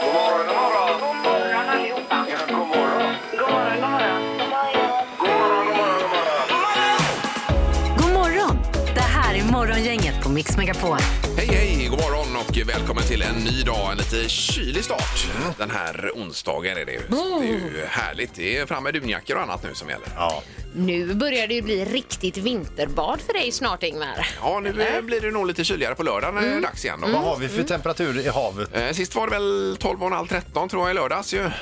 God morgon, god morgon. God morgon allihopa. Ja, god morgon. God morgon, god morgon. God morgon, god morgon, god morgon. God morgon! Det här är Morgongänget på Mix Megapol. Hej, hej, god morgon och välkommen till en ny dag. En lite kylig start den här onsdagen. är Det ju. Så Det är ju härligt. Det är fram med dunjackor och annat nu som gäller. Ja. Nu börjar det ju bli riktigt vinterbad för dig snart Ingmar. Ja, nu eh, blir det nog lite kyligare på lördagen. när Det Mm. är dags igen. Då. Vad har vi för temperatur i havet? Eh, Sist var det väl 12.30-13 tror jag i lördags ju. Mm.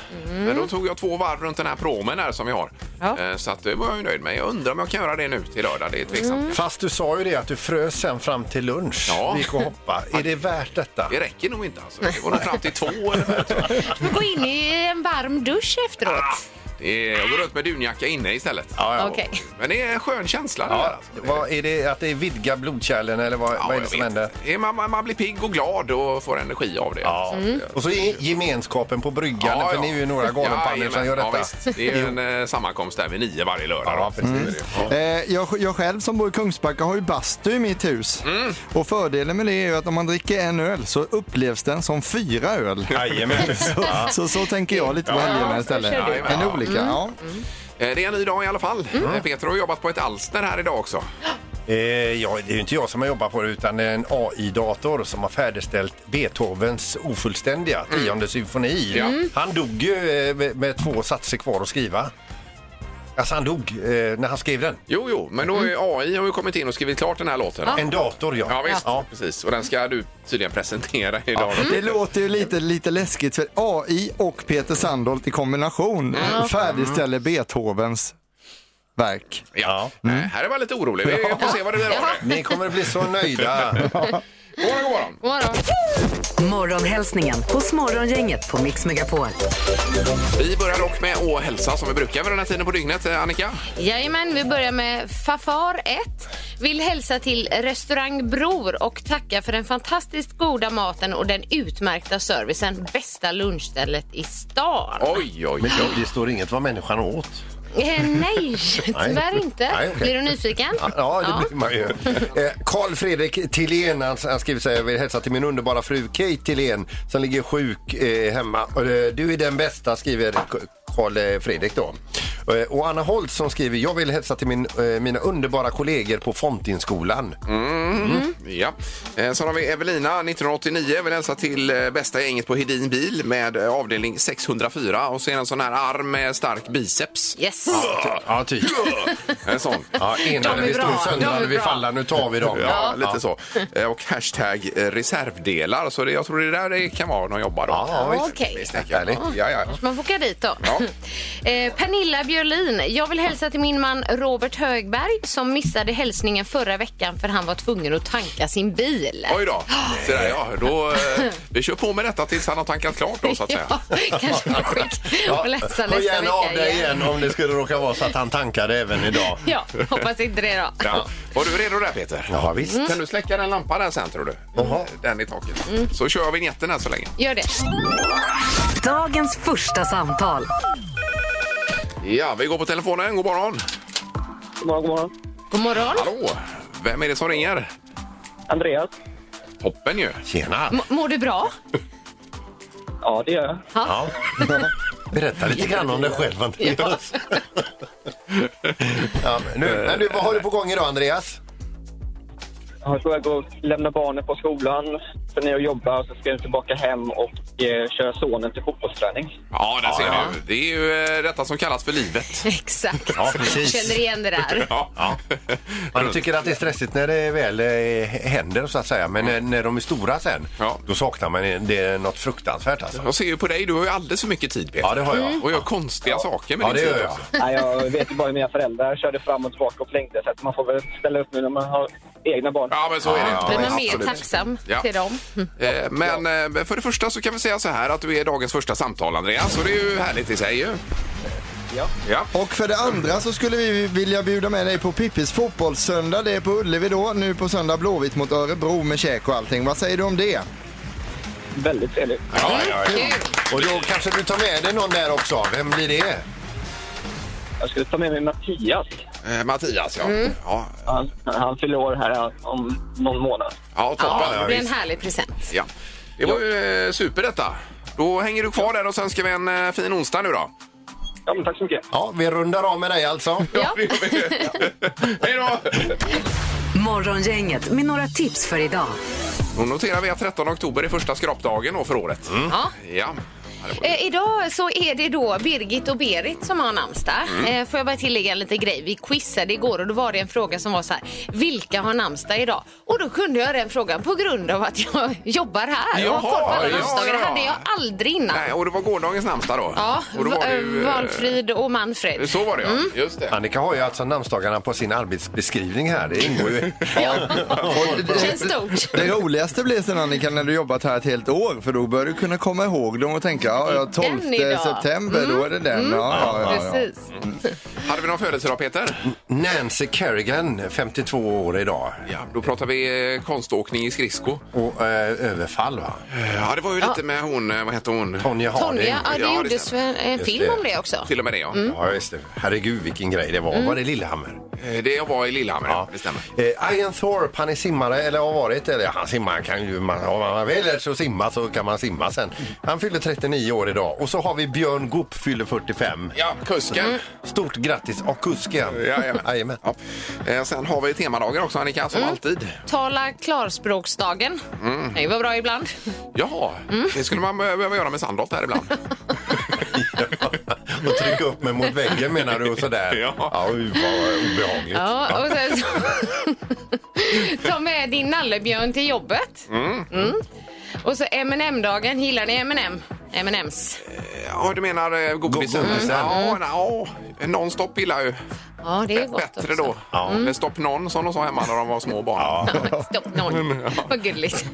Men då tog jag två varv runt den här promen här som vi har. Ja. Eh, Så att det var jag ju nöjd med. Jag undrar om jag kan göra det nu till lördag. Det är tveksamt. Fast du sa ju det att du frös sen fram till lunch. Mm. Ja. Vi gick och hoppa. Är det värt detta? Det räcker nog inte alltså. Det går nog fram till två eller något. Du får gå in i en varm dusch efteråt. Det är- Jag går runt med dunjacka inne istället. Ja, ja. Okej. Men det är en skön känsla det här Ja, alltså. vad är det att det är vidga blodkärlen eller vad, vad är det jag som vet händer? inte. Det är- Man, man, man blir pigg och glad och får energi av det. eh, Ja. Mm. Och så i- gemenskapen på bryggan, för ni är ju några galenpannor jajamän. som gör Ja, detta. visst. det är ju en eh, sammankomst där vid nio varje lördag. Ja, då. precis. Ja. Eh, jag, jag själv som bor i Kungsbacka har ju bastu i mitt hus. Och fördelen med det är ju att om man dricker en öl så upplevs den som fyra öl. Jajamän. Ja. Så, så tänker jag lite på helgerna istället. så kör du. Men det är olika, ja. Eh, Det är en ny dag i alla fall. Mm. Eh, Peter har jobbat på ett alster här idag också. Eh, ja, det är ju inte jag som har jobbat på det utan en AI-dator som har färdigställt Beethovens ofullständiga tionde symfoni. Mm. Ja. Mm. Han dog ju eh, med, med två satser kvar att skriva. Alltså han dog eh, när han skrev den. Jo, jo, men då är AI har ju kommit in och skrivit klart den här låten. Ah. Ja, En dator Mm. ja. visst. Precis. Och den ska du tydligen presentera idag. då. Det låter ju lite, lite läskigt för AI och Peter Sandholt i kombination färdigställer Beethovens verk. Ja. Eh, Mm. Här är man lite orolig. Vi får se vad det blir av det. Ni kommer att bli så nöjda. God morgon, god morgon. God morgon. Morgonhälsningen hos Morgongänget på Mix Megapol. Vi börjar dock med att hälsa som vi brukar vid den här tiden på dygnet, eh, Annika. Jajamän, vi börjar med Fafar 1. Vill hälsa till restaurang Bror och tacka för den fantastiskt goda maten och den utmärkta servicen. Bästa lunchstället i stan. Oj, oj, oj. Det står inget vad människan åt. Eh, nej, tyvärr inte. Nej, okej. Blir du nyfiken? Ja, det blir man ju. Eh, Carl Fredrik Tillén, han, han skriver så här, jag vill hälsa till min underbara fru Kate Tillén som ligger sjuk eh, hemma. Och, eh, Du är den bästa, skriver K- Carl eh, Fredrik då. Eh, Och Anna Holt som skriver, jag vill hälsa till min, eh, mina underbara kollegor på Fontinskolan. Mm. Ja. Eh, Sen har vi Evelina, 1989. Vill hälsa till eh, bästa gänget på Hedin bil med eh, avdelning 604. Och så är det en sån här arm med stark biceps. Eh, Yes. Ja, typ. En sån. Ja, enade De är vi bra, stod, de söndrade är vi bra. falla, nu tar vi dem. Ja, lite så. Eh, Och hashtag eh, reservdelar. Så det, jag tror det där det kan vara någon jobbar då. Ja, visst. Okej. Visst, tack, härligt. Ja, ja. Man får åka dit då. Ja. Eh, Pernilla Björlin, jag vill hälsa till min man Robert Högberg som missade hälsningen förra veckan för han var tvungen att tanka sin bil. Oj då. Så där, ja. då eh, vi kör på med detta tills han har tankat klart då, så att säga. Ja, kanske man skickar och läsa hör nästa gärna av vecka dig igen. igen om det skulle råka vara så att han tankade även idag. Ja, hoppas inte det då. Ja. Var du redo där, Peter? Ja, visst. Kan du släcka den lampan där sen, tror du? Den i taket. Mm. Så kör vi vignetten här så länge. Gör det. Dagens första samtal. Ja, vi går på telefonen. God morgon. God morgon, god morgon. God morgon. Hallå! Vem är det som ringer? Andreas? Toppen ju! Tjena! M- mår du bra? Ja, det gör jag. Ja. Berätta lite grann om dig själv, Andreas. ja, men nu, men du, vad har du på gång idag, Andreas? Jag ska gå och lämna barnen på skolan. Sen är jag och jobbar, så ska jag tillbaka hem och eh, köra sonen till fotbollsträning. Ja, där ser du. Det är ju eh, detta som kallas för livet. Exakt. Ja, precis. Känner igen det där. Ja. Ja, du tycker att det är stressigt när det väl eh, händer, så att säga. men när, när de är stora sen, Ja. då saknar man det- det är något fruktansvärt. Alltså. Jag ser ju på dig, du har ju alldeles för mycket tid Peter. Ja, det har jag. Och gör konstiga saker med Ja, din det tid gör jag. också. Nej, jag vet ju bara hur mina föräldrar körde fram och tillbaka och flängde, så att man får väl ställa upp nu när man har egna barn. Ja, men så är det. Ja, Blir men man mer Absolut. tacksam Ja. till dem? Eh, Men eh, för det första så kan vi säga så här att du är dagens första samtal Andreas och det är ju härligt i sig ju. Ja. Ja. Och för det andra så skulle vi vilja bjuda med dig på Pippis fotbollssöndag. Det är på Ullevi då, nu på söndag Blåvitt mot Örebro med käk och allting. Vad säger du om det? Väldigt trevligt. Ja, ja, ja. Kul. Och då kanske du tar med dig någon där också. Vem blir det? Jag skulle ta med mig Mattias. Eh, Mattias ja. Mm. Ja, Han, han fyller år här eh, om någon månad. ja toppen. Ja, det blir en härlig present. Ja. Det var ju eh, super detta. Då hänger du kvar där och så önskar vi en eh, fin onsdag nu då. Ja, men tack så mycket. Ja, vi rundar av med dig alltså. Ja. Hej då! Morgongänget med några tips för idag. Då noterar vi att 13 oktober är första skrapdagen då för året. Ja. Ja. Eh, idag så är det då Birgit och Berit som har namnsdag. Mm. Eh, får jag bara tillägga en liten grej. Vi quizade igår och då var det en fråga som var så här. Vilka har namnsdag idag? Och då kunde jag den frågan på grund av att jag jobbar här och har Jaha, koll på alla ja, namnsdagar. Det ja. hade jag aldrig innan. Nej, och det var gårdagens namnsdag då. Ja, och då var Va- det ju, eh, eh, Mm. Valfrid och Manfred. Så var det ja, just det. Annika har ju alltså namnsdagarna på sin arbetsbeskrivning här. Det ingår ju. Och det- Känns stort. Det roligaste blir sen Annika när du jobbat här ett helt år för då börjar du kunna komma ihåg dem och tänka ja, ja 12 Den idag. Mm. september då är det den. Ja, ja, ja, ja. Precis. Hade vi någon födelsedag Peter? Nancy Kerrigan, 52 år idag. Ja, då pratar vi eh, konståkning i skridsko. Och eh, överfall va? Eh, Ja, det var ju lite med hon, eh, vad hette hon? Tonya Harding. Tonja, ja, det Ja, det gjordes stämmer. en, en Just film det. om det också. Till och med det ja. Ja, just det. Herregud vilken grej det var. Var det Lillehammer? Eh, Det var i Lillehammer, ja. Mm. det stämmer. Eh, Ian Thorpe, han är simmare, eller har varit, eller ja, han simmar, han kan ju, man, om man väl lärt sig att simma så kan man simma sen. Han fyller 39 år idag och så har vi Björn Goop fyller 45. Ja, kusken. Stort grattis av kusken. Jajamän. Jajamän. Ja. Eh, Sen har vi temadagar också Annika, som alltid. Tala klarspråksdagen. Mm. Det var bra ibland. Jaha, det skulle man be- behöva göra med Sandholt här ibland. och trycka upp mig mot väggen menar du och sådär. Ja. ja uj, vad obehagligt. Ja, och sen så... Ta med din nallebjörn till jobbet. Mm. Och så mm dagen Gillar ni M&M? M&M's. ja, du menar eh, godisen? Godisen. Ja, ja, nonstop gillar ju. Ja, det är gott Bättre också. då. Ja. Eller stopp någon som de sa hemma när de var små barn. Stopp Mm, noll. Vad gulligt.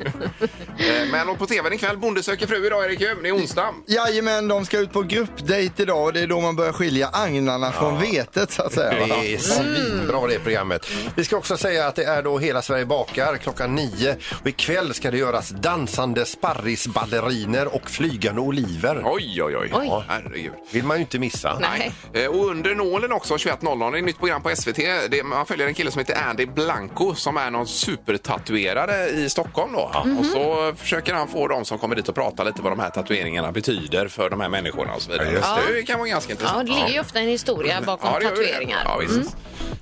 Eh, Men och på tvn ikväll, Bonde söker fru idag Erik ju. Det är onsdag. Jajamän, de ska ut på gruppdejt idag och det är då man börjar skilja agnarna från vetet så att säga. va? Mm. Det är svinbra det programmet. Vi ska också säga att det är då Hela Sverige bakar klockan nio. Och ikväll ska det göras dansande sparrisballeriner och flygande oliver. Oj, oj, oj. Oj. Herregud. vill man ju inte missa. Nej. Eh, Och under nålen också 21.00, det är ett nytt program på SVT. Det, man följer en kille som heter Andy Blanco som är någon supertatuerare i Stockholm då. Och Mhm. så försöker han få dem som kommer dit att prata lite vad de här tatueringarna betyder för de här människorna och så vidare. just det. kan vara ganska Ja, intressant. det ligger ju ofta en historia bakom Ja, det gör ju det. tatueringar. Mm. Ja, visst.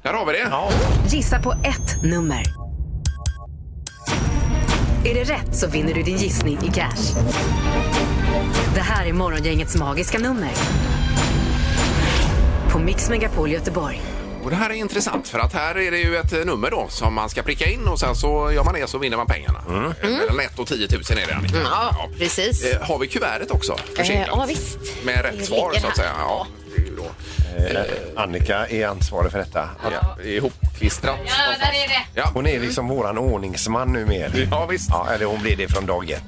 Där har vi det. Gissa på ett nummer. Är det rätt så vinner du din gissning i cash. Det här är Morgongängets magiska nummer. På Mix Megapol Göteborg. Och det här är intressant för att här är det ju ett eh, nummer då som man ska pricka in och sen så gör man det så vinner man pengarna. Mellan 1 och 10 000 är det Annika. Mm. Ja, precis. Eh, Har vi kuvertet också? Eh, förseglat? Ja, visst. Med rätt Det svar ligger så att här. säga. Ja, det är ju då, Annika är ansvarig för detta. ja, det är ihopklistrat. Ja, där är det. Ja. Hon är liksom våran ordningsman numera. ja, visst. Ja, eller hon blir det från dag ett.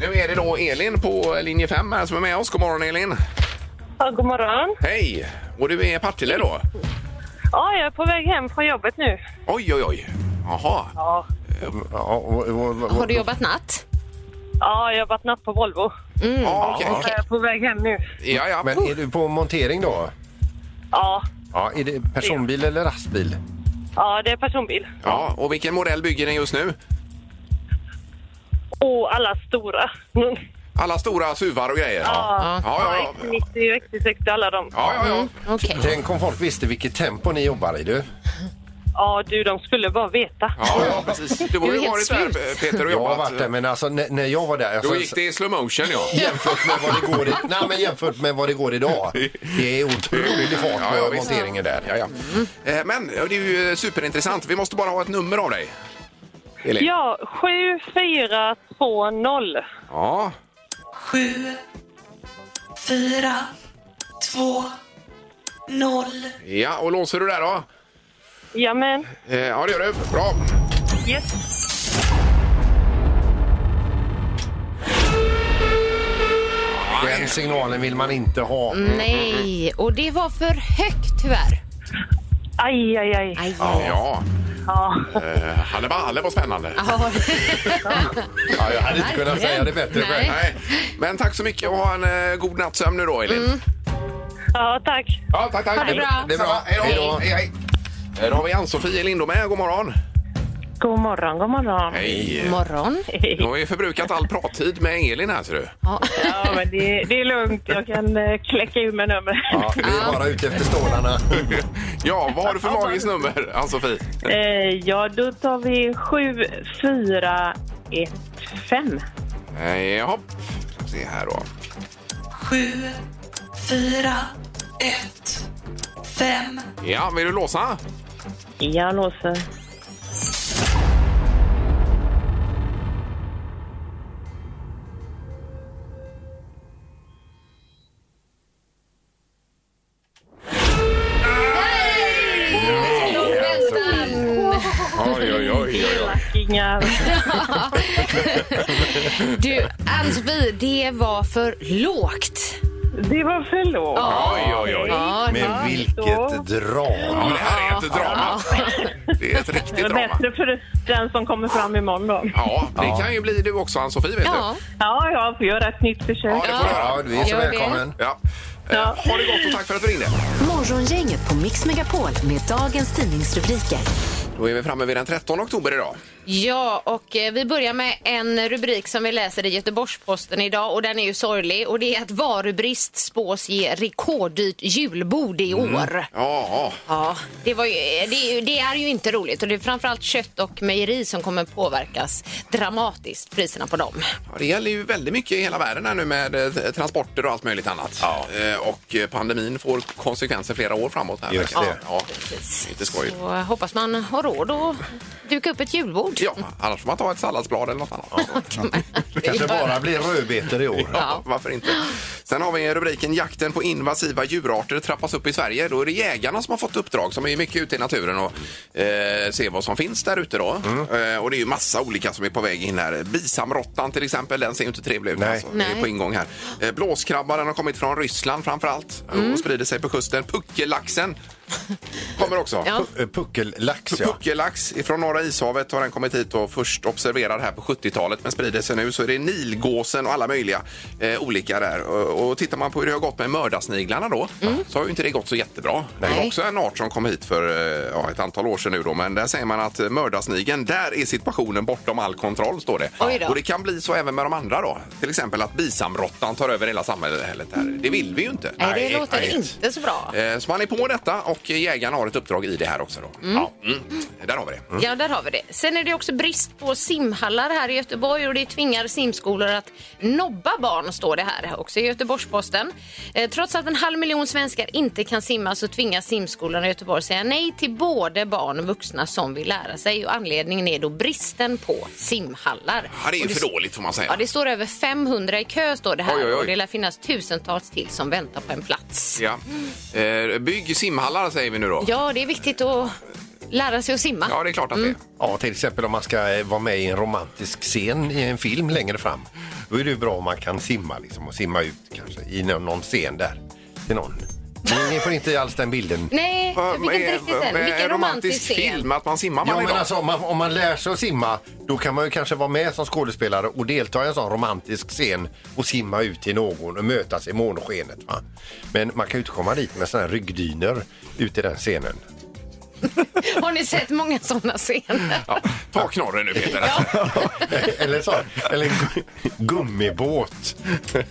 Nu är det då Elin på linje 5 här som är med oss. God morgon Elin! Ja, god morgon. Hej! Och du är i Partille då? Ja, jag är på väg hem från jobbet nu. Oj, oj, oj. Jaha. Ja, Ja, och, och, och, Har du jobbat natt? ja jag har varit natt på Volvo. Ja, okej. Jag är på väg hem nu. Ja, ja. Men är du på montering då? Ja, Ja, är det personbil eller lastbil? ja det är personbil. ja. Och vilken modell bygger ni just nu? Och alla stora. Ja, Alla stora suvar och grejer? ja, ja, ja. X90, X60, alla de. Ja. Ja, ja, ja. Okej. Mm, Tänk om folk visste vilket tempo ni jobbar i du. du, de skulle bara veta. Ja, ja precis. Du har Du är ju helt varit där slut. Peter och Jag har jobbat. eh, varit där men alltså när, när jag var där. Då Alltså, gick det i slow motion ja. jämfört med vad det går, i, nej, men jämfört med vad det går idag. Det är otrolig fart på Ja, ja, visst. monteringen där. ja, ja. Mm. Eh, Men ja, det är ju eh, superintressant. Vi måste bara ha ett nummer av dig. Elin. Ja, 7420. Ja. Sju, fyra, två, noll. Ja, och låser du där då? Jajamän. Eh, Ja, det gör du. Bra. Yes. Den signalen vill man inte ha. Mm. Nej, och det var för högt tyvärr. Aj, aj, aj. Aj, Ja. Ja. Eh, Halle var spännande. Ja. Ja, jag hade inte kunnat säga det bättre Nej. själv. Nej. Men tack så mycket och ha en eh, god nattsömn nu då, Elin. ja, tack. Ja, tack, tack. Mm. Ha det bra. Det är bra. Hej då. Hej, hej. Eh, Då har vi Ann-Sofie i Lindome. God morgon. God morgon, god morgon. Hej! God morgon. Du har ju förbrukat all prattid med Elin här ser du. Ja. Ja, men det, det är lugnt. Jag kan eh, kläcka ur mig numret. Ja, vi är bara ute efter stålarna. Ja, vad har du för magiskt nummer, Ann-Sofie? Eh, ja, då tar vi 7, 4, 1, 5. Eh, Jaha, se här då. sju, fyra, ett, fem. Ja, vill du låsa? Jag låser. Oj, oj, oj. Inga... Du, Ann-Sofie, det var för lågt. Det var för lågt. Oj, oj, oj. Ja, Men vilket drama! Ja, det här är ett drama. Det är ett riktigt Det är drama. bättre för den som kommer fram imorgon då. Ja, det kan ju bli du också, Ann-Sofie. Vet ja. du. Ja, jag får göra ett nytt försök. Ja, Ja, det får du göra. du är så Gör det. välkommen. Ja. Ja. Ha det gott och tack för att du ringde. Morgongänget på Mix Megapol med dagens tidningsrubriker. Då är vi framme vid den 13 oktober idag. ja, och eh, vi börjar med en rubrik som vi läser i Göteborgs-Posten idag och den är ju sorglig och det är att varubrist spås ge rekorddyrt julbord i år. Ja, Ja, det, var ju, eh, det, är ju, det är ju inte roligt och det är framförallt kött och mejeri som kommer påverkas dramatiskt, priserna på dem. Ja, Det gäller ju väldigt mycket i hela världen här nu med eh, transporter och allt möjligt annat. Eh, Och eh, pandemin får konsekvenser flera år framåt. Här, Just verkar det. Ja, det är inte skoj. Så eh, hoppas man har råd att duka upp ett julbord. Ja, annars får man ta ett salladsblad eller något annat. Det kanske bara blir rödbetor i år. Ja, varför inte? Sen har vi rubriken Jakten på invasiva djurarter trappas upp i Sverige. Då är det jägarna som har fått uppdrag som är mycket ute i naturen och eh, ser vad som finns där ute. Då. Eh, och det är ju massa olika som är på väg in här. Bisamrottan till exempel, den ser ju inte trevlig ut. Nej. Alltså. Det är Nej. på ingång här. Eh, blåskrabban den har kommit från Ryssland framför allt Mm. och sprider sig på kusten. Puckellaxen kommer också. Ja. Pu- eh, Puckellax, ja. Puckelax ifrån Norra ishavet har den kommit hit och först observerad här på 70-talet men sprider sig nu så är det nilgåsen och alla möjliga eh, olika där. Och, och tittar man på hur det har gått med mördarsniglarna då så har ju inte det gått så jättebra. Det var Mm. Nej. också en art som kom hit för eh, ja, ett antal år sedan nu då men där säger man att eh, mördarsnigeln, där är situationen bortom all kontroll står det. Oj då. Och det kan bli så även med de andra då. Till exempel att bisamrottan tar över hela samhället här. Det vill vi ju inte. Nej, det låter nej. inte så bra. Eh, Så man är på detta och jägarna har ett uppdrag i det här också. Då. Ja. Mm. Där har vi det. Ja, där har vi det. Sen är det också brist på simhallar här i Göteborg och det tvingar simskolor att nobba barn, står det här också i Göteborgs-Posten. Eh, trots att en halv miljon svenskar inte kan simma så tvingas simskolorna i Göteborg säga nej till både barn och vuxna som vill lära sig och anledningen är då bristen på simhallar. Ja, det är Och ju för dåligt får man säga. Ja, det står över 500 i kö står det här Oj, oj, oj. och det lär finnas tusentals till som väntar på en plats. Ja. Eh, Bygg simhallar säger vi nu då. Ja, det är viktigt att lära sig att simma. Ja, det är klart att Mm. det är. Ja, till exempel om man ska eh, vara med i en romantisk scen i en film längre fram. Då är det ju bra om man kan simma liksom och simma ut kanske i någon, någon scen där till någon. Ni- Ni får inte alls den bilden. Nej, jag fick inte Med- riktigt den. med Vilken en romantisk scen. film, att man simmar Ja, varje men dag. alltså, om, man, om man lär sig att simma då kan man ju kanske vara med som skådespelare och delta i en sån romantisk scen och simma ut till någon och mötas i månskenet. Va? Men man kan ju inte komma dit med såna här ryggdyner ut i den scenen. Har ni sett många sådana scener? Ja. Ta knorren nu Peter. eller, så, eller en gu- gummibåt. Typ,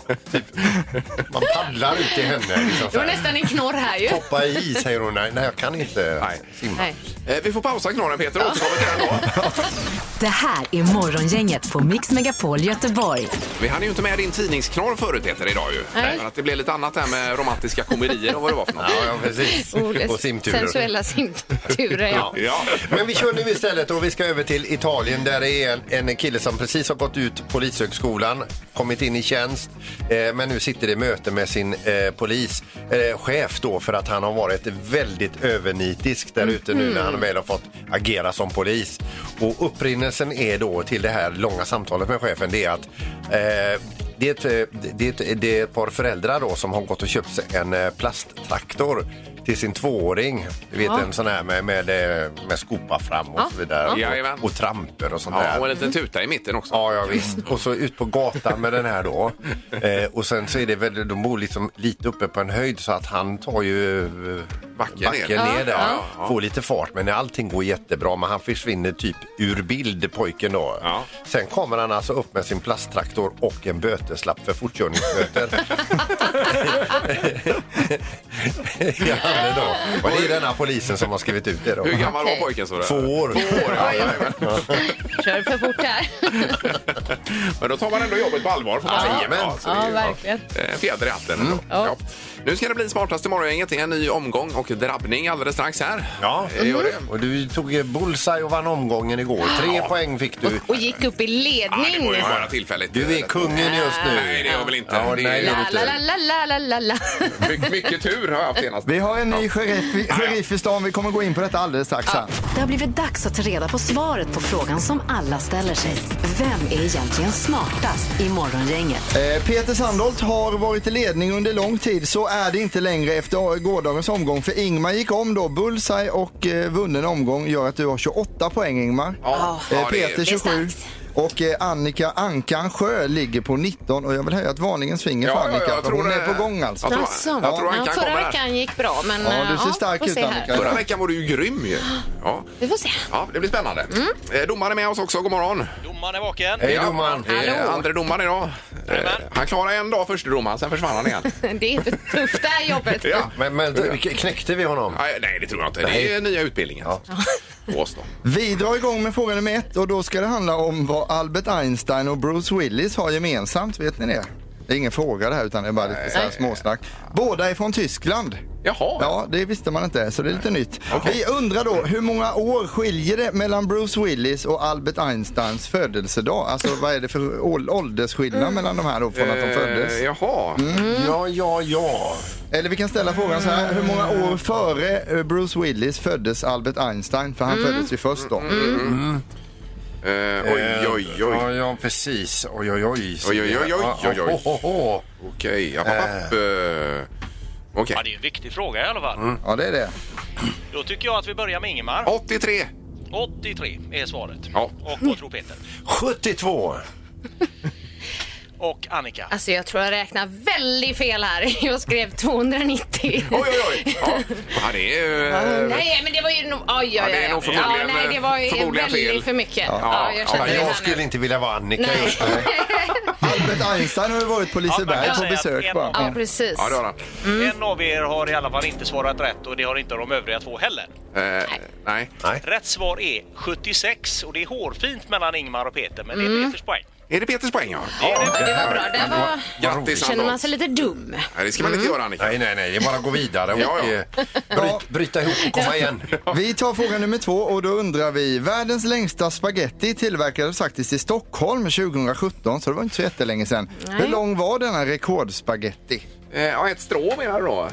man paddlar ut i henne. Liksom, Det så var här. nästan en knorr här ju. Hoppa i, säger hon. Nej, nej jag kan inte Nej. simma. Nej. Eh, Vi får pausa knorren Peter och återkommer till den då. Det här är Morgongänget på Mix Megapol Göteborg. Vi hann ju inte med din tidningsknorr förut Peter idag ju. Nej. För att det blev lite annat här med romantiska komedier och vad det var för något. Ja, ja, precis. Oles- Och simturer. Sensuella simturer, ja. Ja. Men vi kör nu istället och vi ska över till Italien där det är en, en kille som precis har gått ut Polishögskolan, kommit in i tjänst eh, men nu sitter i möte med sin eh, polischef eh, chef då för att han har varit väldigt övernitisk där ute nu när han väl har fått agera som polis. Och upprinnelsen är då till det här långa samtalet med chefen det är att eh, det är, ett, eh, det, är ett, det är ett par föräldrar då som har gått och köpt sig en eh, plasttraktor till sin tvååring. Du vet Ja. en sån här med, med, eh, med skopa fram och Ja. så vidare. Ja. Jajamän. Och, och tramper och sånt Ja, där. och en liten tuta i mitten också. Ja, ja visst. Och så ut på gatan med den här då. Eh, och sen så är det väl, de bor liksom lite uppe på en höjd så att han tar ju eh, Backen ner. backen ner, Ja, där. ja, ja. Får lite fart men allting går jättebra men han försvinner typ ur bild pojken då. Ja. Sen kommer han alltså upp med sin plasttraktor och en böteslapp för fortkörningsböter. I handen då. Och det är den här polisen som har skrivit ut det då. Hur gammal var Okej. pojken? Så Två år. Två år ja, jajamän. Kör för fort här. Men då tar man ändå jobbet på allvar. Får man säga. Jajamän. så det är Ja, ju- verkligen. Mm. Eh, fjäder i hatten. ändå. Ja. Nu ska det bli smartast i morgongänget. Det är en ny omgång och drabbning alldeles strax här. Ja, Eh, Mm. gör det. Och du tog eh, bullseye och vann omgången igår. Tre poäng fick du. Och gick upp i Ah, det ledning. var ju bara tillfälligt. Du är kungen just nu. Nej, det är jag väl inte. Ja, Det nej, är- det är La, du la, inte. la, la, la, la, la. My- mycket tur har jag haft senast. Vi har en ny sheriff, i- sheriff i stan. Vi kommer gå in på detta alldeles strax. Här. Det har blivit dags att ta reda på svaret på frågan som alla ställer sig. Vem är egentligen smartast i morgongänget? Eh, Peter Sandholt har varit i ledning under lång tid. Så är det inte längre efter gårdagens omgång. För Ingmar gick om då. Bullseye och eh, vunnen omgång gör att du har 28 poäng Ingmar. Ja, Eh, ja, det är- Peter är 27. starkt. Och eh, Annika Ankan Sjö ligger på 19 och jag vill höja ett varningens finger för Ja, ja, Annika. jag för tror hon det- är på gång alltså. Jag tror, Alltså. jag tror han Ja, kan förra komma där. veckan gick bra, men... Ja, du eh, ser stark får ut, se här. Annika. Förra veckan var du ju grym ju. Ja. Vi får se. Ja, det blir spännande. Mm. Eh, Domaren är med oss också. God morgon. Domaren är vaken. Hej Ja, domaren. det är Hallå. Andre domaren idag. Eh, han klarade en dag första domaren, sen försvann han igen. Det är för tufft det här jobbet. Ja. Men, men k- knäckte vi honom? Nej, nej, det tror jag inte. Det är nya utbildningen. Ja. Oss då. Vi drar igång med fråga nummer ett och då ska det handla om vad Albert Einstein och Bruce Willis har gemensamt. Vet ni det? Det är ingen fråga det här utan det är bara lite så här småsnack. Båda är från Tyskland. Jaha. Ja, det visste man inte, så det är lite nytt. Vi undrar då, hur många år skiljer det mellan Bruce Willis och Albert Einsteins födelsedag? Alltså vad är det för ål- åldersskillnad mellan de här då, från att de föddes? Mm. Eh, jaha. Ja, ja, ja. Eller vi kan ställa frågan så här, hur många år före eh, Bruce Willis föddes Albert Einstein? För han Mm. föddes ju först då. Eh, oj, oj, oj. Ja, ja, precis. Oj, oj, oj. Oj, oj, oj, oj, oj, oj. Ja, ho, ho, ho. Okej, app, app, app. eh, Okej. Ja, det är en viktig fråga i alla fall. Mm. Ja, det är det. Då tycker jag att vi börjar med Ingemar. 83. 83 är svaret. Ja. Och vad tror Peter? 72. Och Annika? Alltså jag tror jag räknar väldigt fel här. Jag skrev 290. Oj, oj, oj. Ja, ja det är ju... eh, Mm, Nej, men det var ju nog... Oj, oj, oj. Ja, det är nog oj. förmodligen- ja, nej, det var ju förmodligen väldigt fel. för mycket. Ja, jag ja, kände Ja, det här jag skulle nu. inte vilja vara Annika Nej. just nu. Albert Einstein har ju varit på Liseberg Ja, man kan på säga att besök en bara. av- Ja, precis. Ja, det har han. Mm. En av er har i alla fall inte svarat rätt och det har inte de övriga två heller. Eh, nej. Rätt svar är 76 och det är hårfint mellan Ingmar och Peter, men det är Peters poäng. Är det Peters poäng? Ja. Ja, det var bra. Där var... Grattis, Känner man Sandholt. sig lite Mm. dum? Nej, det ska man inte göra, Annika. Nej, nej, nej. Det är bara att gå vidare och Ja, ja. eh, Bryt, bryta ihop och komma igen. Vi tar fråga nummer två och då undrar vi, världens längsta spaghetti tillverkades faktiskt i Stockholm 2017 så det var inte så jättelänge sedan. Hur lång var denna rekordspaghetti? Eh, ja, ett strå menar du då?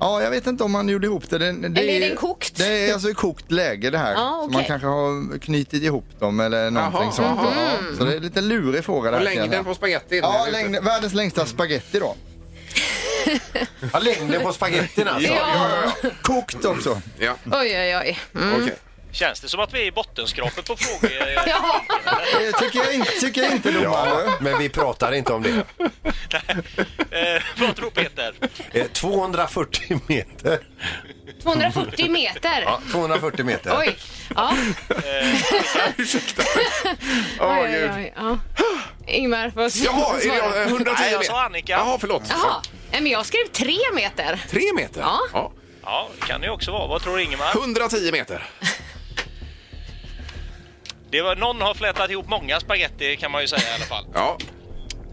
Ja, jag vet inte om man gjorde ihop det. det, det Eller är den kokt? Det är alltså i kokt läge det här. Ja, Så okej. Mhm. man kanske har knutit ihop dem eller någonting Jaha, sånt. då. Så det är lite lurig fråga det Och här. längden på spagettin? Ja, Är det ute? längden, världens längsta spaghetti då. Ja, längden på spagettin alltså. Ja. Kokt också. Ja, Oj, oj, oj. Mm. okej. Känns det som att vi är i bottenskrapet på frågor? Ja. Det tycker jag inte, tycker jag inte domaren. Men vi pratar inte om det. Eh, vad tror Peter? Eh, 240 meter. 240 meter. Ja, 240 meter. Oj. Ja. Ursäkta. Oj, Åh, oj, gud. oj. Ja. Ingmar, vad Jaha, är det jag, eh, 110 Nej, jag meter? sa Annika. Jaha, förlåt. Jaha. Nej, men jag skrev tre meter. Tre meter? Ja. Ja, det kan det ju också vara. Vad tror Ingemar? 110 meter. Det var, någon har flätat ihop många spagetti kan man ju säga i alla fall. Ja.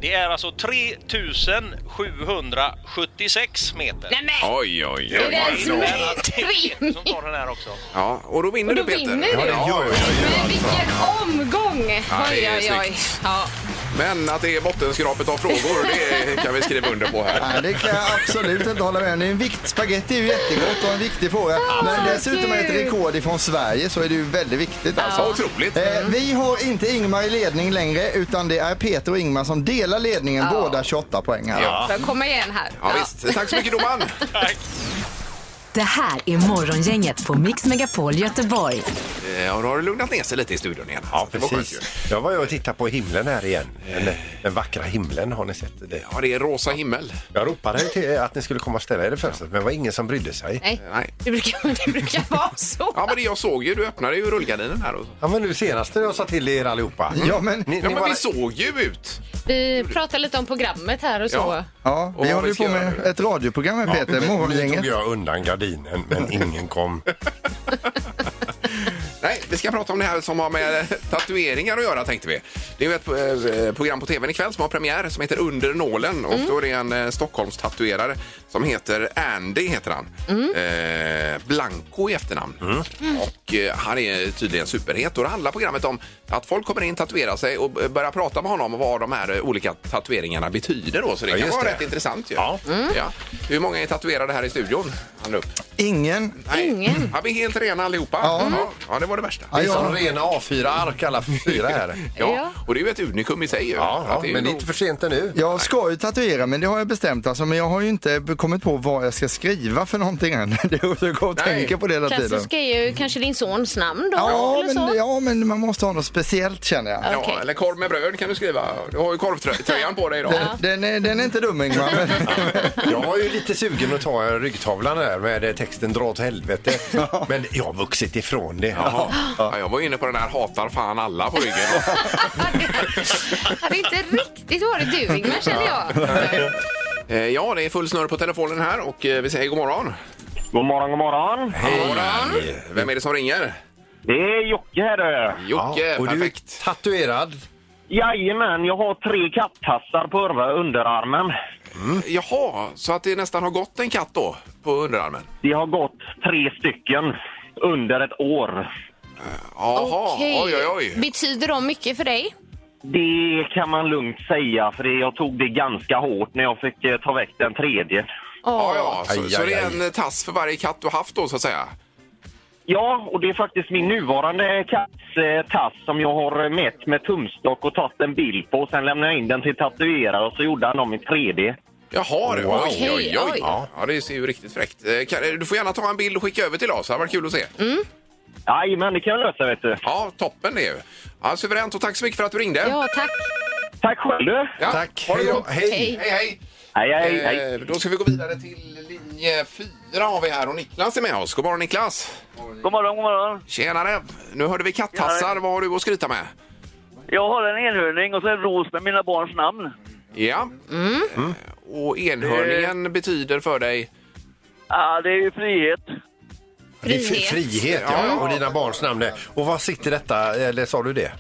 Det är alltså 3776 meter. Nej, men Oj, oj, är det oj. ens möjligt? Peter som tar den här också. Ja, och då vinner Och då du, Peter. vinner du. Ja, ja, ja. Men vilken omgång! Ja, det Oj, är oj, oj. Ja. Men att det är bottenskrapet av frågor, det kan vi skriva under på här. Nej, det kan jag absolut inte hålla med om. Det är En vikt, spagetti är ju jättegott och en viktig fråga. Men dessutom är det ett rekord ifrån Sverige så är det ju väldigt viktigt Så alltså. otroligt. Eh, vi har inte Ingmar i ledning längre utan det är Peter och Ingmar som delar ledningen, båda 28 poäng här. Ja. Får jag komma igen här? Ja, visst. Tack så mycket domaren. Tack. Det här är Morgongänget på Mix Megapol Göteborg. Eh, och då har det lugnat ner sig lite i studion igen. Ja, det var skönt ju. Jag var ju och tittade på himlen här igen. Den, den vackra himlen, har ni sett det? Ja, det är rosa himmel. Jag ropade till att ni skulle komma och ställa er i fönstret, men det var ingen som brydde sig. Nej, Nej. Det, brukar, det brukar vara så. Ja, men det jag såg ju. Du öppnade ju rullgardinen här. Och... Ja, men nu senast när jag sa till er allihopa. Mm. Ja, men, Ni, ni Ja, men bara, vi såg ju ut. Vi pratar lite om programmet här och så. Ja. ja, vad vi håller vi ju ska på göra med nu. ett radioprogram med Peter, nu Morgongänget. tog jag undan gardinen, men ingen kom. Nej, vi ska prata om det här som har med eh, tatueringar att göra tänkte vi. Det är ju ett eh, program på tvn ikväll som har premiär som heter Under nålen och då är det en eh, Stockholmstatuerare som heter Andy heter han. Eh, Blanco i efternamn. Och eh, han är tydligen superhet och det handlar programmet om att folk kommer in, tatuerar sig och eh, börjar prata med honom om vad de här eh, olika tatueringarna betyder då. Så det Ja, kan just vara det. rätt intressant ju. Mm. Ja. Hur många är tatuerade här i studion? Han upp. Ingen. Nej. Ingen. Ja, vi är helt rena allihopa. Ja. Ja, ja, det var det värsta. Det är som rena A4-ark alla fyra här. Ja, Ja. och det är ju ett unikum i sig. Ju. Ja, Att ja det är ju men det är nog- inte för sent ännu. Jag ska ju tatuera men det har jag bestämt alltså, men jag har ju inte b- kommit på vad jag ska skriva för någonting än. Det är- Jag går och Nej. tänker på det hela tiden. Klassiska är ju kanske din sons namn då. Mm. Ja eller men, så. ja, men man måste ha något speciellt känner jag. Ja, Okej. Eller korv med bröd kan du skriva. Du har ju korvtröjan på dig idag. Den, den, är, den är inte dum Ingmar. Men, Jag var ju lite sugen att ta ryggtavlan där med texten dra åt helvete. Men jag har vuxit ifrån det. Jaha. Ja, jag var inne på den här hatar fan alla på ryggen. Det hade inte riktigt varit du Ingmar känner jag. Eh, ja, det är full snurr på telefonen här och eh, vi säger god morgon. God morgon, god morgon. God morgon. Vem är det som ringer? Det är Jocke här. du. Jocke, och du är perfekt. tatuerad. Jajamän, jag har tre kattassar på övre underarmen. Mm. Jaha, så att det nästan har gått en katt då på underarmen? Det har gått tre stycken under ett år. Jaha, Okej. oj oj oj. Betyder de mycket för dig? Det kan man lugnt säga, för det, jag tog det ganska hårt när jag fick eh, ta väck den tredje. Ja, ja. Så, Aj, så aj, det är aj. en tass för varje katt du haft då så att säga? Ja, och det är faktiskt min nuvarande katts eh, tass som jag har eh, mätt med tumstock och tagit en bild på. Sen lämnade jag in den till tatuerare och så gjorde han dem i 3D. Jaha, du. Wow. Oj, oj, oj. Okej, oj. Ja, det ser ju riktigt fräckt. Eh, kan- Du får gärna ta en bild och skicka över till oss. Det hade varit kul att se. Mm. Jajamän, det kan jag lösa vet du. Ja, toppen det är ju. Ja, suveränt och tack så mycket för att du ringde. Ja, tack. Tack själv du! Ja, Tack. Ha det Hej då. gott. Hej. Hej, hej. Hej, hej, hej. Eh, Då ska vi gå vidare till linje fyra har vi här och Niklas är med oss. God morgon Niklas! God morgon, god morgon. Tjenare! Nu hörde vi kattassar. Vad har du att skryta med? Jag har en enhörning och så en ros med mina barns namn. Ja. Mm. Mm. Eh, Och enhörningen betyder för dig? Ah, det är ju frihet. Det är fri- frihet ja, och dina barns namn. är. Och vad sitter detta, eller sa du det?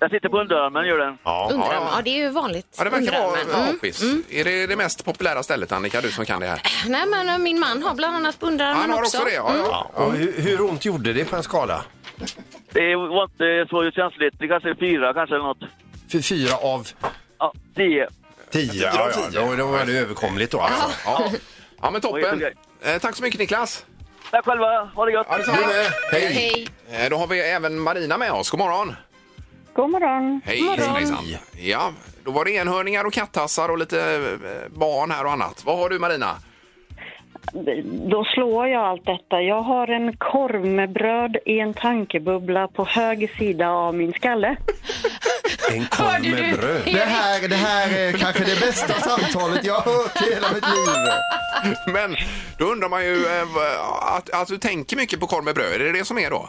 Jag sitter på en dörr, men gör den. Ja. Undrar ja, ja, det är ju vanligt. Ja, det verkar vara Undrarmen. Mm. poppis. Är det det mest populära stället Annika, du som kan det här? Nej, men eh, min man har bland annat bundrarmen Han har också det, Mm. ja. ja. Och hur, hur ont gjorde det på en skala? Det var inte så känsligt. Det kanske är fyra kanske eller något. För fyra av Ja, tio. tio. Ja, ja, då, då var det överkomligt då alltså. Ja, ja men toppen. Oj, Eh, tack så mycket Niklas. Tack själva. Ha det gött. Ja, detsamma. Hej! Hej. Eh, Då har vi även Marina med oss. God morgon! God morgon. Hej hejsan. Ja, då var det enhörningar och kattassar och lite eh, barn här och annat. Vad har du Marina? Då slår jag allt detta. Jag har en korv med bröd i en tankebubbla på höger sida av min skalle. En korv med bröd. det, här, det här är kanske det bästa samtalet jag har hört i hela mitt liv. Men då undrar man ju eh, v- att, att du tänker mycket på korv med bröd. Är det det som är då?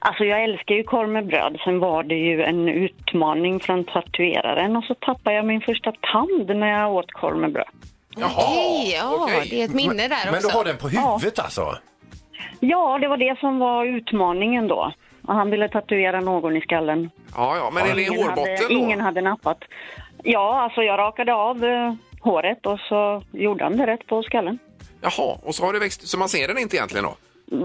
Alltså jag älskar ju korv med bröd. Sen var det ju en utmaning från tatueraren och så tappade jag min första tand när jag åt korv med bröd. Hej, ja, okej. det är ett minne där Men också. du har den på huvudet alltså? Ja, det var det som var utmaningen då. Och Han ville tatuera någon i skallen. Ja, ja, men är det i hårbotten då? hade, ingen hade nappat. Ja, alltså jag rakade av eh, håret och så gjorde han det rätt på skallen. Jaha, och så har det växt, så man ser den inte egentligen då?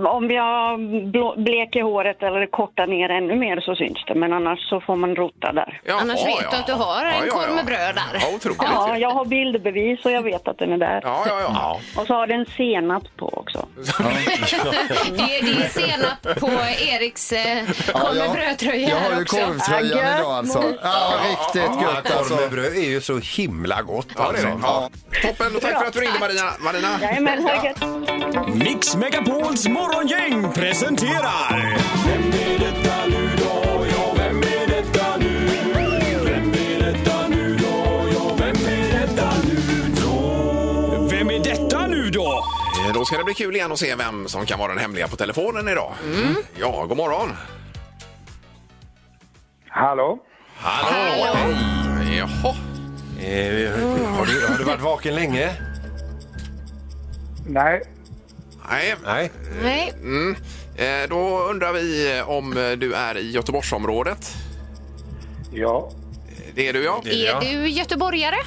Om jag blå- bleker håret eller kortar ner ännu mer så syns det, men annars så får man rota där. Jaha, Annars vet du att du har en korv med bröd där. Ja, otroligt. Ja, jag har bildbevis och jag vet att den är där. Ja, ja, ja. Och så har den senap på också. Det är, det är senap på Eriks eh, Ja, korv med jag- brödtröja Jag har här ju också. korvtröjan Ah, gött, idag alltså. mor. Ja, riktigt gött Korv alltså. med bröd är ju så himla gott. Ja, det är det. alltså. Ja. Toppen, och tack för att du ringde Marina. Marina. Jajamän, ha det gött. Mix Megapols morgongäng presenterar... Vem är detta nu då? Ja, vem är detta nu? Vem är detta nu då? Ja, vem är detta nu då? Vem är detta nu då? Eh, Då ska det bli kul igen att se vem som kan vara den hemliga på telefonen idag. Mm. Ja, god morgon. Hallå? Hallå! Hej. Jaha. Eh, Har du, har du varit vaken länge? Nej. Nej. Nej. Nej, Mm. Eh, Då undrar vi eh, om eh, du är i Göteborgsområdet. Ja. Det är du, ja. är du göteborgare?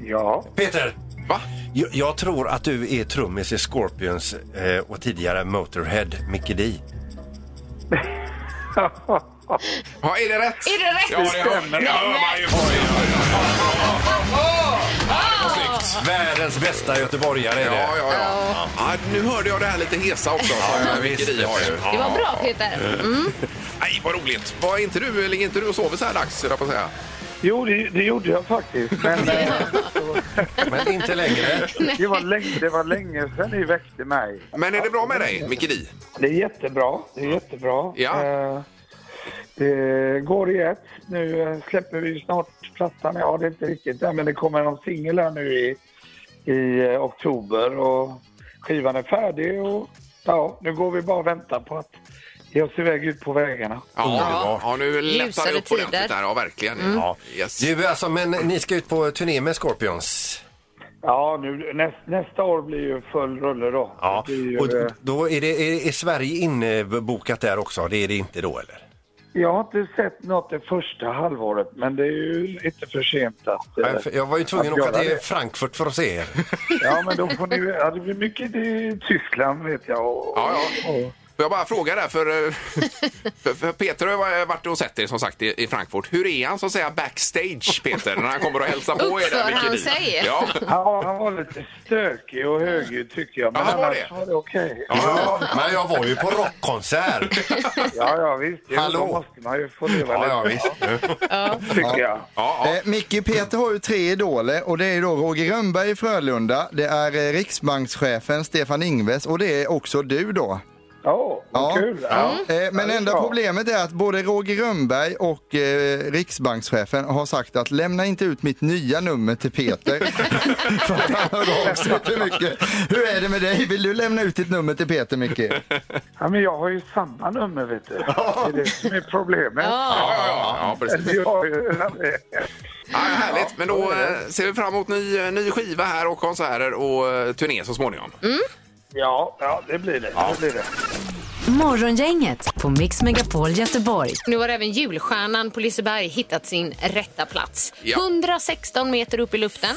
Ja. Peter! Va? Jag, jag tror att du är trummis i Scorpions eh, och tidigare Motorhead, Mickey D. Ja, är det rätt? Är det rätt? Ja, det stämmer. Det hör man ju på dig. Världens bästa göteborgare är det. Ja, ja, ja. Ja, nu hörde jag det här lite hesa också. Ja, ja, visst. har ju. Det var bra Peter. Mm. Nej, vad roligt. Var inte du, ligger inte du och sover så här dags, höll jag på att säga? Jo, det, det gjorde jag faktiskt. Men eh, Men inte längre. det, var länge, det var länge sedan ni väckte mig. Men är det bra med dig, Micke Di? Det är jättebra. Det är jättebra. Ja. Eh, Det går i ett. Nu eh, släpper vi ju snart plattan. Ja, det är inte riktigt där, men det kommer någon singel här nu i, i eh, oktober och skivan är färdig och ja, nu går vi bara och väntar på att ge oss iväg ut på vägarna. Ja, ja nu lättar Ljusare det upp tider. Mm. ordentligt där. Ja, verkligen. Ja. Yes. Du, alltså, men ni ska ut på turné med Scorpions. Ja, nu, näst, nästa år blir ju full rulle då. Ja. Det blir ju, Och eh, då är, det, är, är Sverige inbokat där också? Det är det inte då, eller? Jag har inte sett något det första halvåret, men det är ju inte för sent att... eh, Nej, för Jag var ju tvungen att att åka göra till det. Frankfurt för att se er. Ja, men då får ni... Ja, det blir mycket i Tyskland, vet jag. Och, Ja, ja. Får jag bara fråga där, för, eh, för, för Peter har ju varit och sett er som sagt i i Frankfurt. Hur är han så att säga backstage, Peter, när han kommer och hälsar på er? där, Uppför Micke han Di? sig? Ja. Ja, han var lite stökig och högljudd tyckte jag. Men Ja, han var annars det. var det okej. Ja, men jag var ju på rockkonsert. Ja, ja, visst. Jo, Hallå. Då måste man ju få leva Ja, ja, lite, visst. tycker jag. Ja, ja. Eh, Micke Peter har ju tre idoler och det är ju då Roger Rönnberg i Frölunda, det är eh, riksbankschefen Stefan Ingves och det är också du då. Ja, vad kul. Ja. Eh, Men det är enda bra. problemet är att både Roger Rönnberg och eh, riksbankschefen har sagt att lämna inte ut mitt nya nummer till Peter. För att han har av sig för mycket. Hur är det med dig? Vill du lämna ut ditt nummer till Peter, Micke? ja, men jag har ju samma nummer, vet du. Det är det som är problemet. Ja, ja, ja, ja, precis. Vi har ju... Ja, härligt, men då eh, ser vi fram emot ny, ny skiva här och konserter och eh, turné så småningom. Ja, ja, det blir det. det, blir det. Morgongänget på Mix Megapol Göteborg. Nu har även julstjärnan på Liseberg hittat sin rätta plats. Ja. 116 meter upp i luften.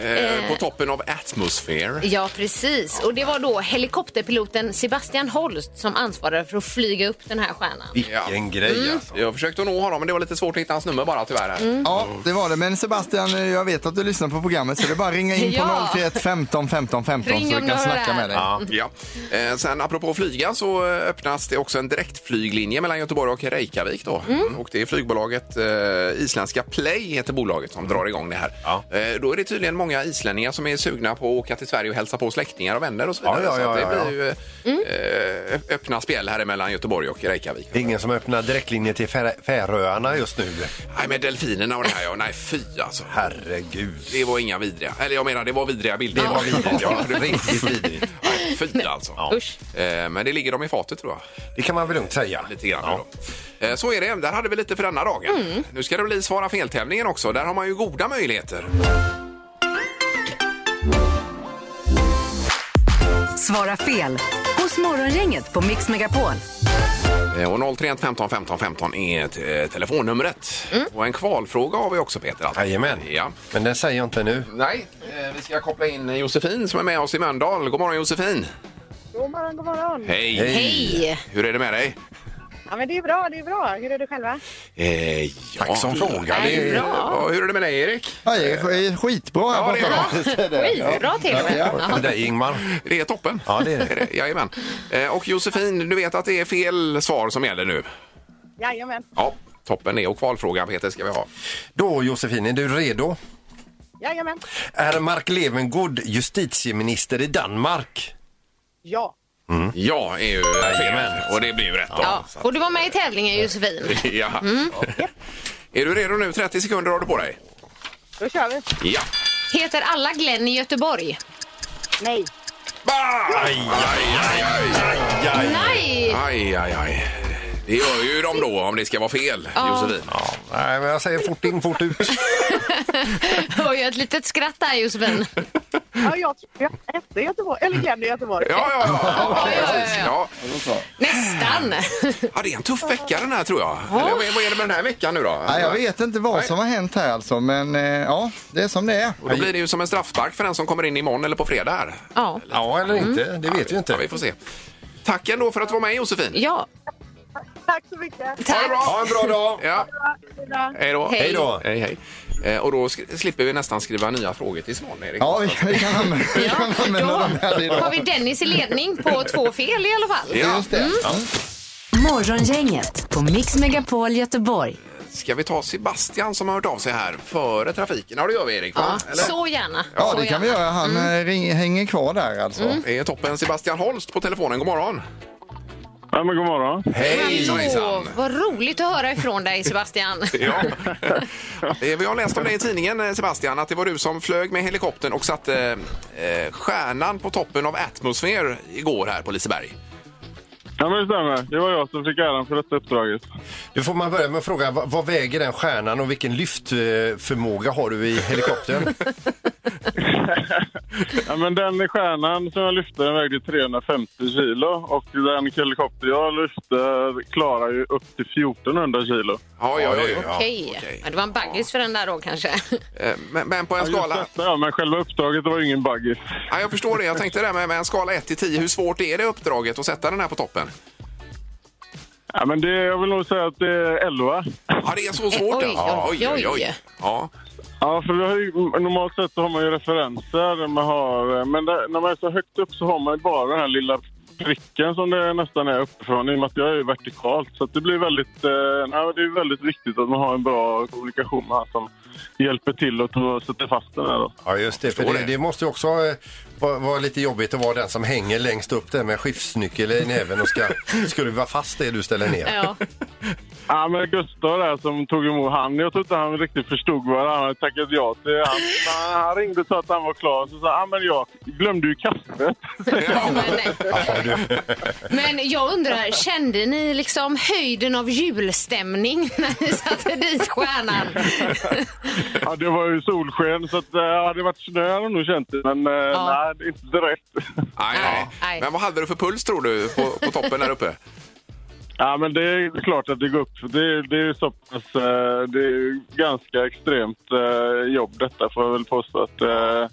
Mm. Eh, På toppen av Atmosphere. Ja, precis. Och det var då helikopterpiloten Sebastian Holst som ansvarade för att flyga upp den här stjärnan. Vilken grej alltså. Jag försökte att nå honom, men det var lite svårt att hitta hans nummer bara tyvärr. Här. Ja, det var det. Men Sebastian, eh, jag vet att du lyssnar på programmet så det är bara att ringa in på Ja. 031 15 15 15 Ring så om du vi kan hör det snacka här. med dig. Ja. Eh, sen apropå flyga så eh, öppnas det också en direktflyglinje mellan Göteborg och Reykjavik då. Mm, Och det är flygbolaget eh, Isländska Play heter bolaget som drar igång det här. Ja. Eh, då är det tydligen många islänningar som är sugna på att åka till Sverige och hälsa på släktingar och vänner och så vidare. Ja, ja, ja, så att det ja, ja. blir ju eh, ö- öppna spel här emellan Göteborg och Reykjavik. Det är ingen som öppnar direktlinjer till Fär- Färöarna just nu. Nej, med delfinerna och det här ja. Nej, fy alltså. Herregud. Det var inga vidriga. Eller jag menar, det var vidriga bilder. Det var vidrigt. Ja, Ja, det var riktigt vidrigt. Nej, fy alltså. Usch. Eh, Men det ligger dem i fatet tror jag. Det kan man väl lugnt säga. lite grann. då. Eh, Så är det. Där hade vi lite för denna dagen. Mm. Nu ska det bli Svara fel-tävlingen också. Där har man ju goda möjligheter. Svara fel hos Morgongänget på Mix Megapol. Eh, Och 031 15 15 15 är t- eh, telefonnumret. Mm. Och en kvalfråga har vi också, Peter. Alltså. Jajamän. Ja. Men den säger jag inte nu. Nej, eh, vi ska koppla in Josefin som är med oss i Mölndal. God morgon, Josefin! God morgon, god morgon. Hej. Hur är det med dig? Ja, men det är bra, det är bra. Hur är du själva? Eh, ja. Tack som frågar. Det är bra. Hur är det med dig, Erik? Ja, jag är skitbra här borta. Skitbra till och med. Ja. dig, Ingmar. Det är toppen. Ja, det är det. Jajamän. Eh, Och Josefin, du vet att det är fel svar som gäller nu? Jajamän. Ja, toppen det. Och kvalfrågan, Peter, ska vi ha. Då Josefin, är du redo? Jajamän. Är Mark Levengood justitieminister i Danmark? Ja. Ja, är ju fel. Och det blir ju rätt då. Ja. Får du vara med i tävlingen Josefin? Mm. Ja. Är du redo nu? 30 sekunder har du på dig. Då kör vi. Ja. Heter alla Glenn i Göteborg? Nej. Aj, aj, aj, aj, aj, aj. Nej! Aj, aj, aj. Det gör ju de då om det ska vara fel, Ja. Josefin. Nej, men jag säger fort in, fort ut. Hör jag ett litet skratt där Josefin? Ja, jag tror jag hette Göteborg, eller Glenn i Göteborg. Ja, ja, ja. precis. ja. Nästan. ja. Det är en tuff vecka den här tror jag. Eller, vad är- vad är det med den här veckan nu då? Nej, jag vet inte vad som har hänt här alltså, men eh, ja, det är som det är. Och då blir det ju som en straffspark för den som kommer in imorgon eller på fredag här. Ja. Ja, eller inte. Det vet vi Mm. Ja, inte. vi får se. Tack ändå för att du var med Josefin. Ja. Tack så mycket. Ha det bra! Ha en bra dag! Ja, hej då! Hej. Hej då. Hej, hej. Eh, Och då sk- slipper vi nästan skriva nya frågor till imorgon, Erik. Ja, vi, vi kan använda, vi Ja, kan använda de här Då har idag. vi Mm. Dennis i ledning på två fel i alla fall. Ja. Just det. Morgongänget på Mix Megapol Göteborg. Ska vi ta Sebastian som har hört av sig här före trafiken? Ja, det gör vi Erik. va? Ja. Eller? Så gärna. Ja, Så det kan vi gärna. göra. Han Mm. eh, ring, hänger kvar där alltså. Det är toppen. Sebastian Holst på telefonen. God morgon! Ja, men god morgon. Hej! Åh, vad roligt att höra ifrån dig Sebastian. Ja. Eh, Vi har läst om det i tidningen eh, Sebastian, att det var du som flög med helikoptern och satte eh, stjärnan på toppen av Atmosphere igår här på Liseberg. Ja, men det stämmer. Det var jag som fick äran för detta uppdraget. Du får man börja med att fråga, vad, vad väger den stjärnan och vilken lyftförmåga har du i helikoptern? Ja, men den stjärnan som jag lyfte den vägde 350 kilo och den helikopter jag lyfte klarar ju upp till 1400 kilo. Ja, ja, ja. ja. Okej. Ja, det var en baggis för den där då kanske. Eh, Men, men på en Ja, just skala... detta, ja, men själva uppdraget var ju ingen baggis. Ja, jag förstår det. Jag tänkte det här med, med en skala 1 till 10. Hur svårt är det uppdraget att sätta den här på toppen? Ja, men det, jag vill nog säga att det är 11. Ja, det är så svårt. Oj, ja. oj, oj. Ja. Ja, för vi har ju, normalt sett så har man ju referenser. Man har, men där, när man är så högt upp så har man ju bara den här lilla pricken som det nästan är uppifrån i och med att jag är ju vertikalt. Så att det blir väldigt, eh, nej, men det är väldigt viktigt att man har en bra kommunikation med han som hjälper till och ta- sätter fast den här. Då. Ja, just det. För Förstår det, det. det måste ju också eh, vara vara lite jobbigt att vara den som hänger längst upp där med skiftnyckel i näven och ska skruva fast det du ställer ner. Ja. Ja, men Gustav där som tog emot han, jag tror inte han riktigt förstod vad han hade tackat ja till. Han, han- han ringde och sa att han var klar, så sa han, "Ja, men jag glömde ju kaffet. Men, nej. men jag undrar, kände ni liksom höjden av julstämning när ni satte dit stjärnan? Ja, det var ju solsken, så att, eh, hade det varit snö hade jag nog känt det. Men eh, nej, det är inte direkt. Nej, nej. Nej. Men vad hade du för puls tror du på, på toppen där uppe? ja, men det är klart att det går upp. Det, det är ju så pass, eh, det är ju ganska extremt eh, jobb detta får jag väl påstå. Att, eh,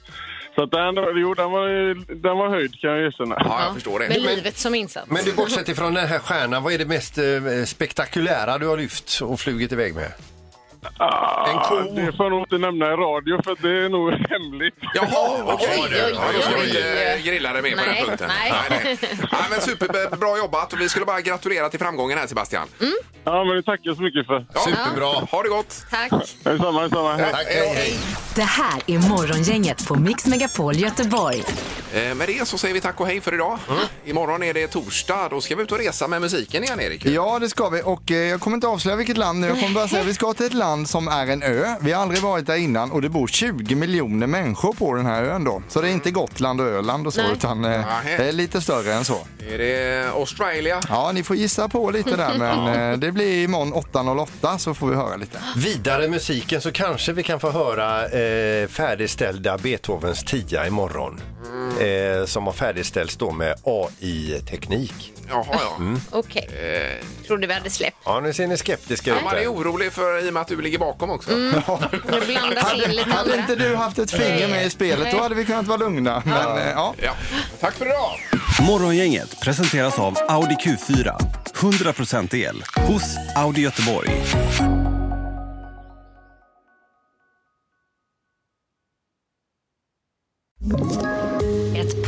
så att den, jo, den var, ju- den var höjd kan jag erkänna. Ja, jag förstår Med det. livet som insats. Men du, bortsett ifrån den här stjärnan, vad är det mest eh, spektakulära du har lyft och flugit iväg med? En ko? Ah, Det får jag nog inte nämna i radio för det är nog hemligt. Jaha, okej. Oj, oj, oj. Ja, då ska vi inte eh, grilla dig mer på Nej, den punkten. nej. nej. nej men superbra jobbat. Vi skulle bara gratulera till framgången här Sebastian. Mm. Ja, men det tackar jag så mycket för. Ja. Superbra. Ha det gott! Tack. Detsamma, detsamma. Hej. Tack, hej, hej. Det här är Morgongänget på Mix Megapol Göteborg. Eh, Med det så säger vi tack och hej för idag. Imorgon är det torsdag. Då ska vi ut och resa med musiken igen, Erik. Ja, det ska vi. Och eh, jag kommer inte avslöja vilket land nu. Jag kommer bara säga att vi ska till ett land som är en ö. Vi har aldrig varit där innan och det bor 20 miljoner människor på den här ön då. Så det är inte Gotland och Öland och så, Nej. utan eh, Nähä. det är lite större än så. Är det Australia? Ja, ni får gissa på lite där, men eh, det blir imorgon 8.08 så får vi höra lite. Vidare musiken så kanske vi kan få höra eh, färdigställda Beethovens tia imorgon. Mm. Eh, som har färdigställts då med AI-teknik. Jaha, ja. Okej. Trodde vi hade släppt. Ja, nu ser ni skeptiska ut. Man där. är orolig för i och med att du ligger bakom också. Nu blandas in lite Hade andra. inte du haft ett finger med i spelet då hade vi kunnat vara lugna. Men, eh, ja. Ja. Tack för idag! Morgongänget presenteras av Audi Q4. 100% el hos Audi Göteborg. Ett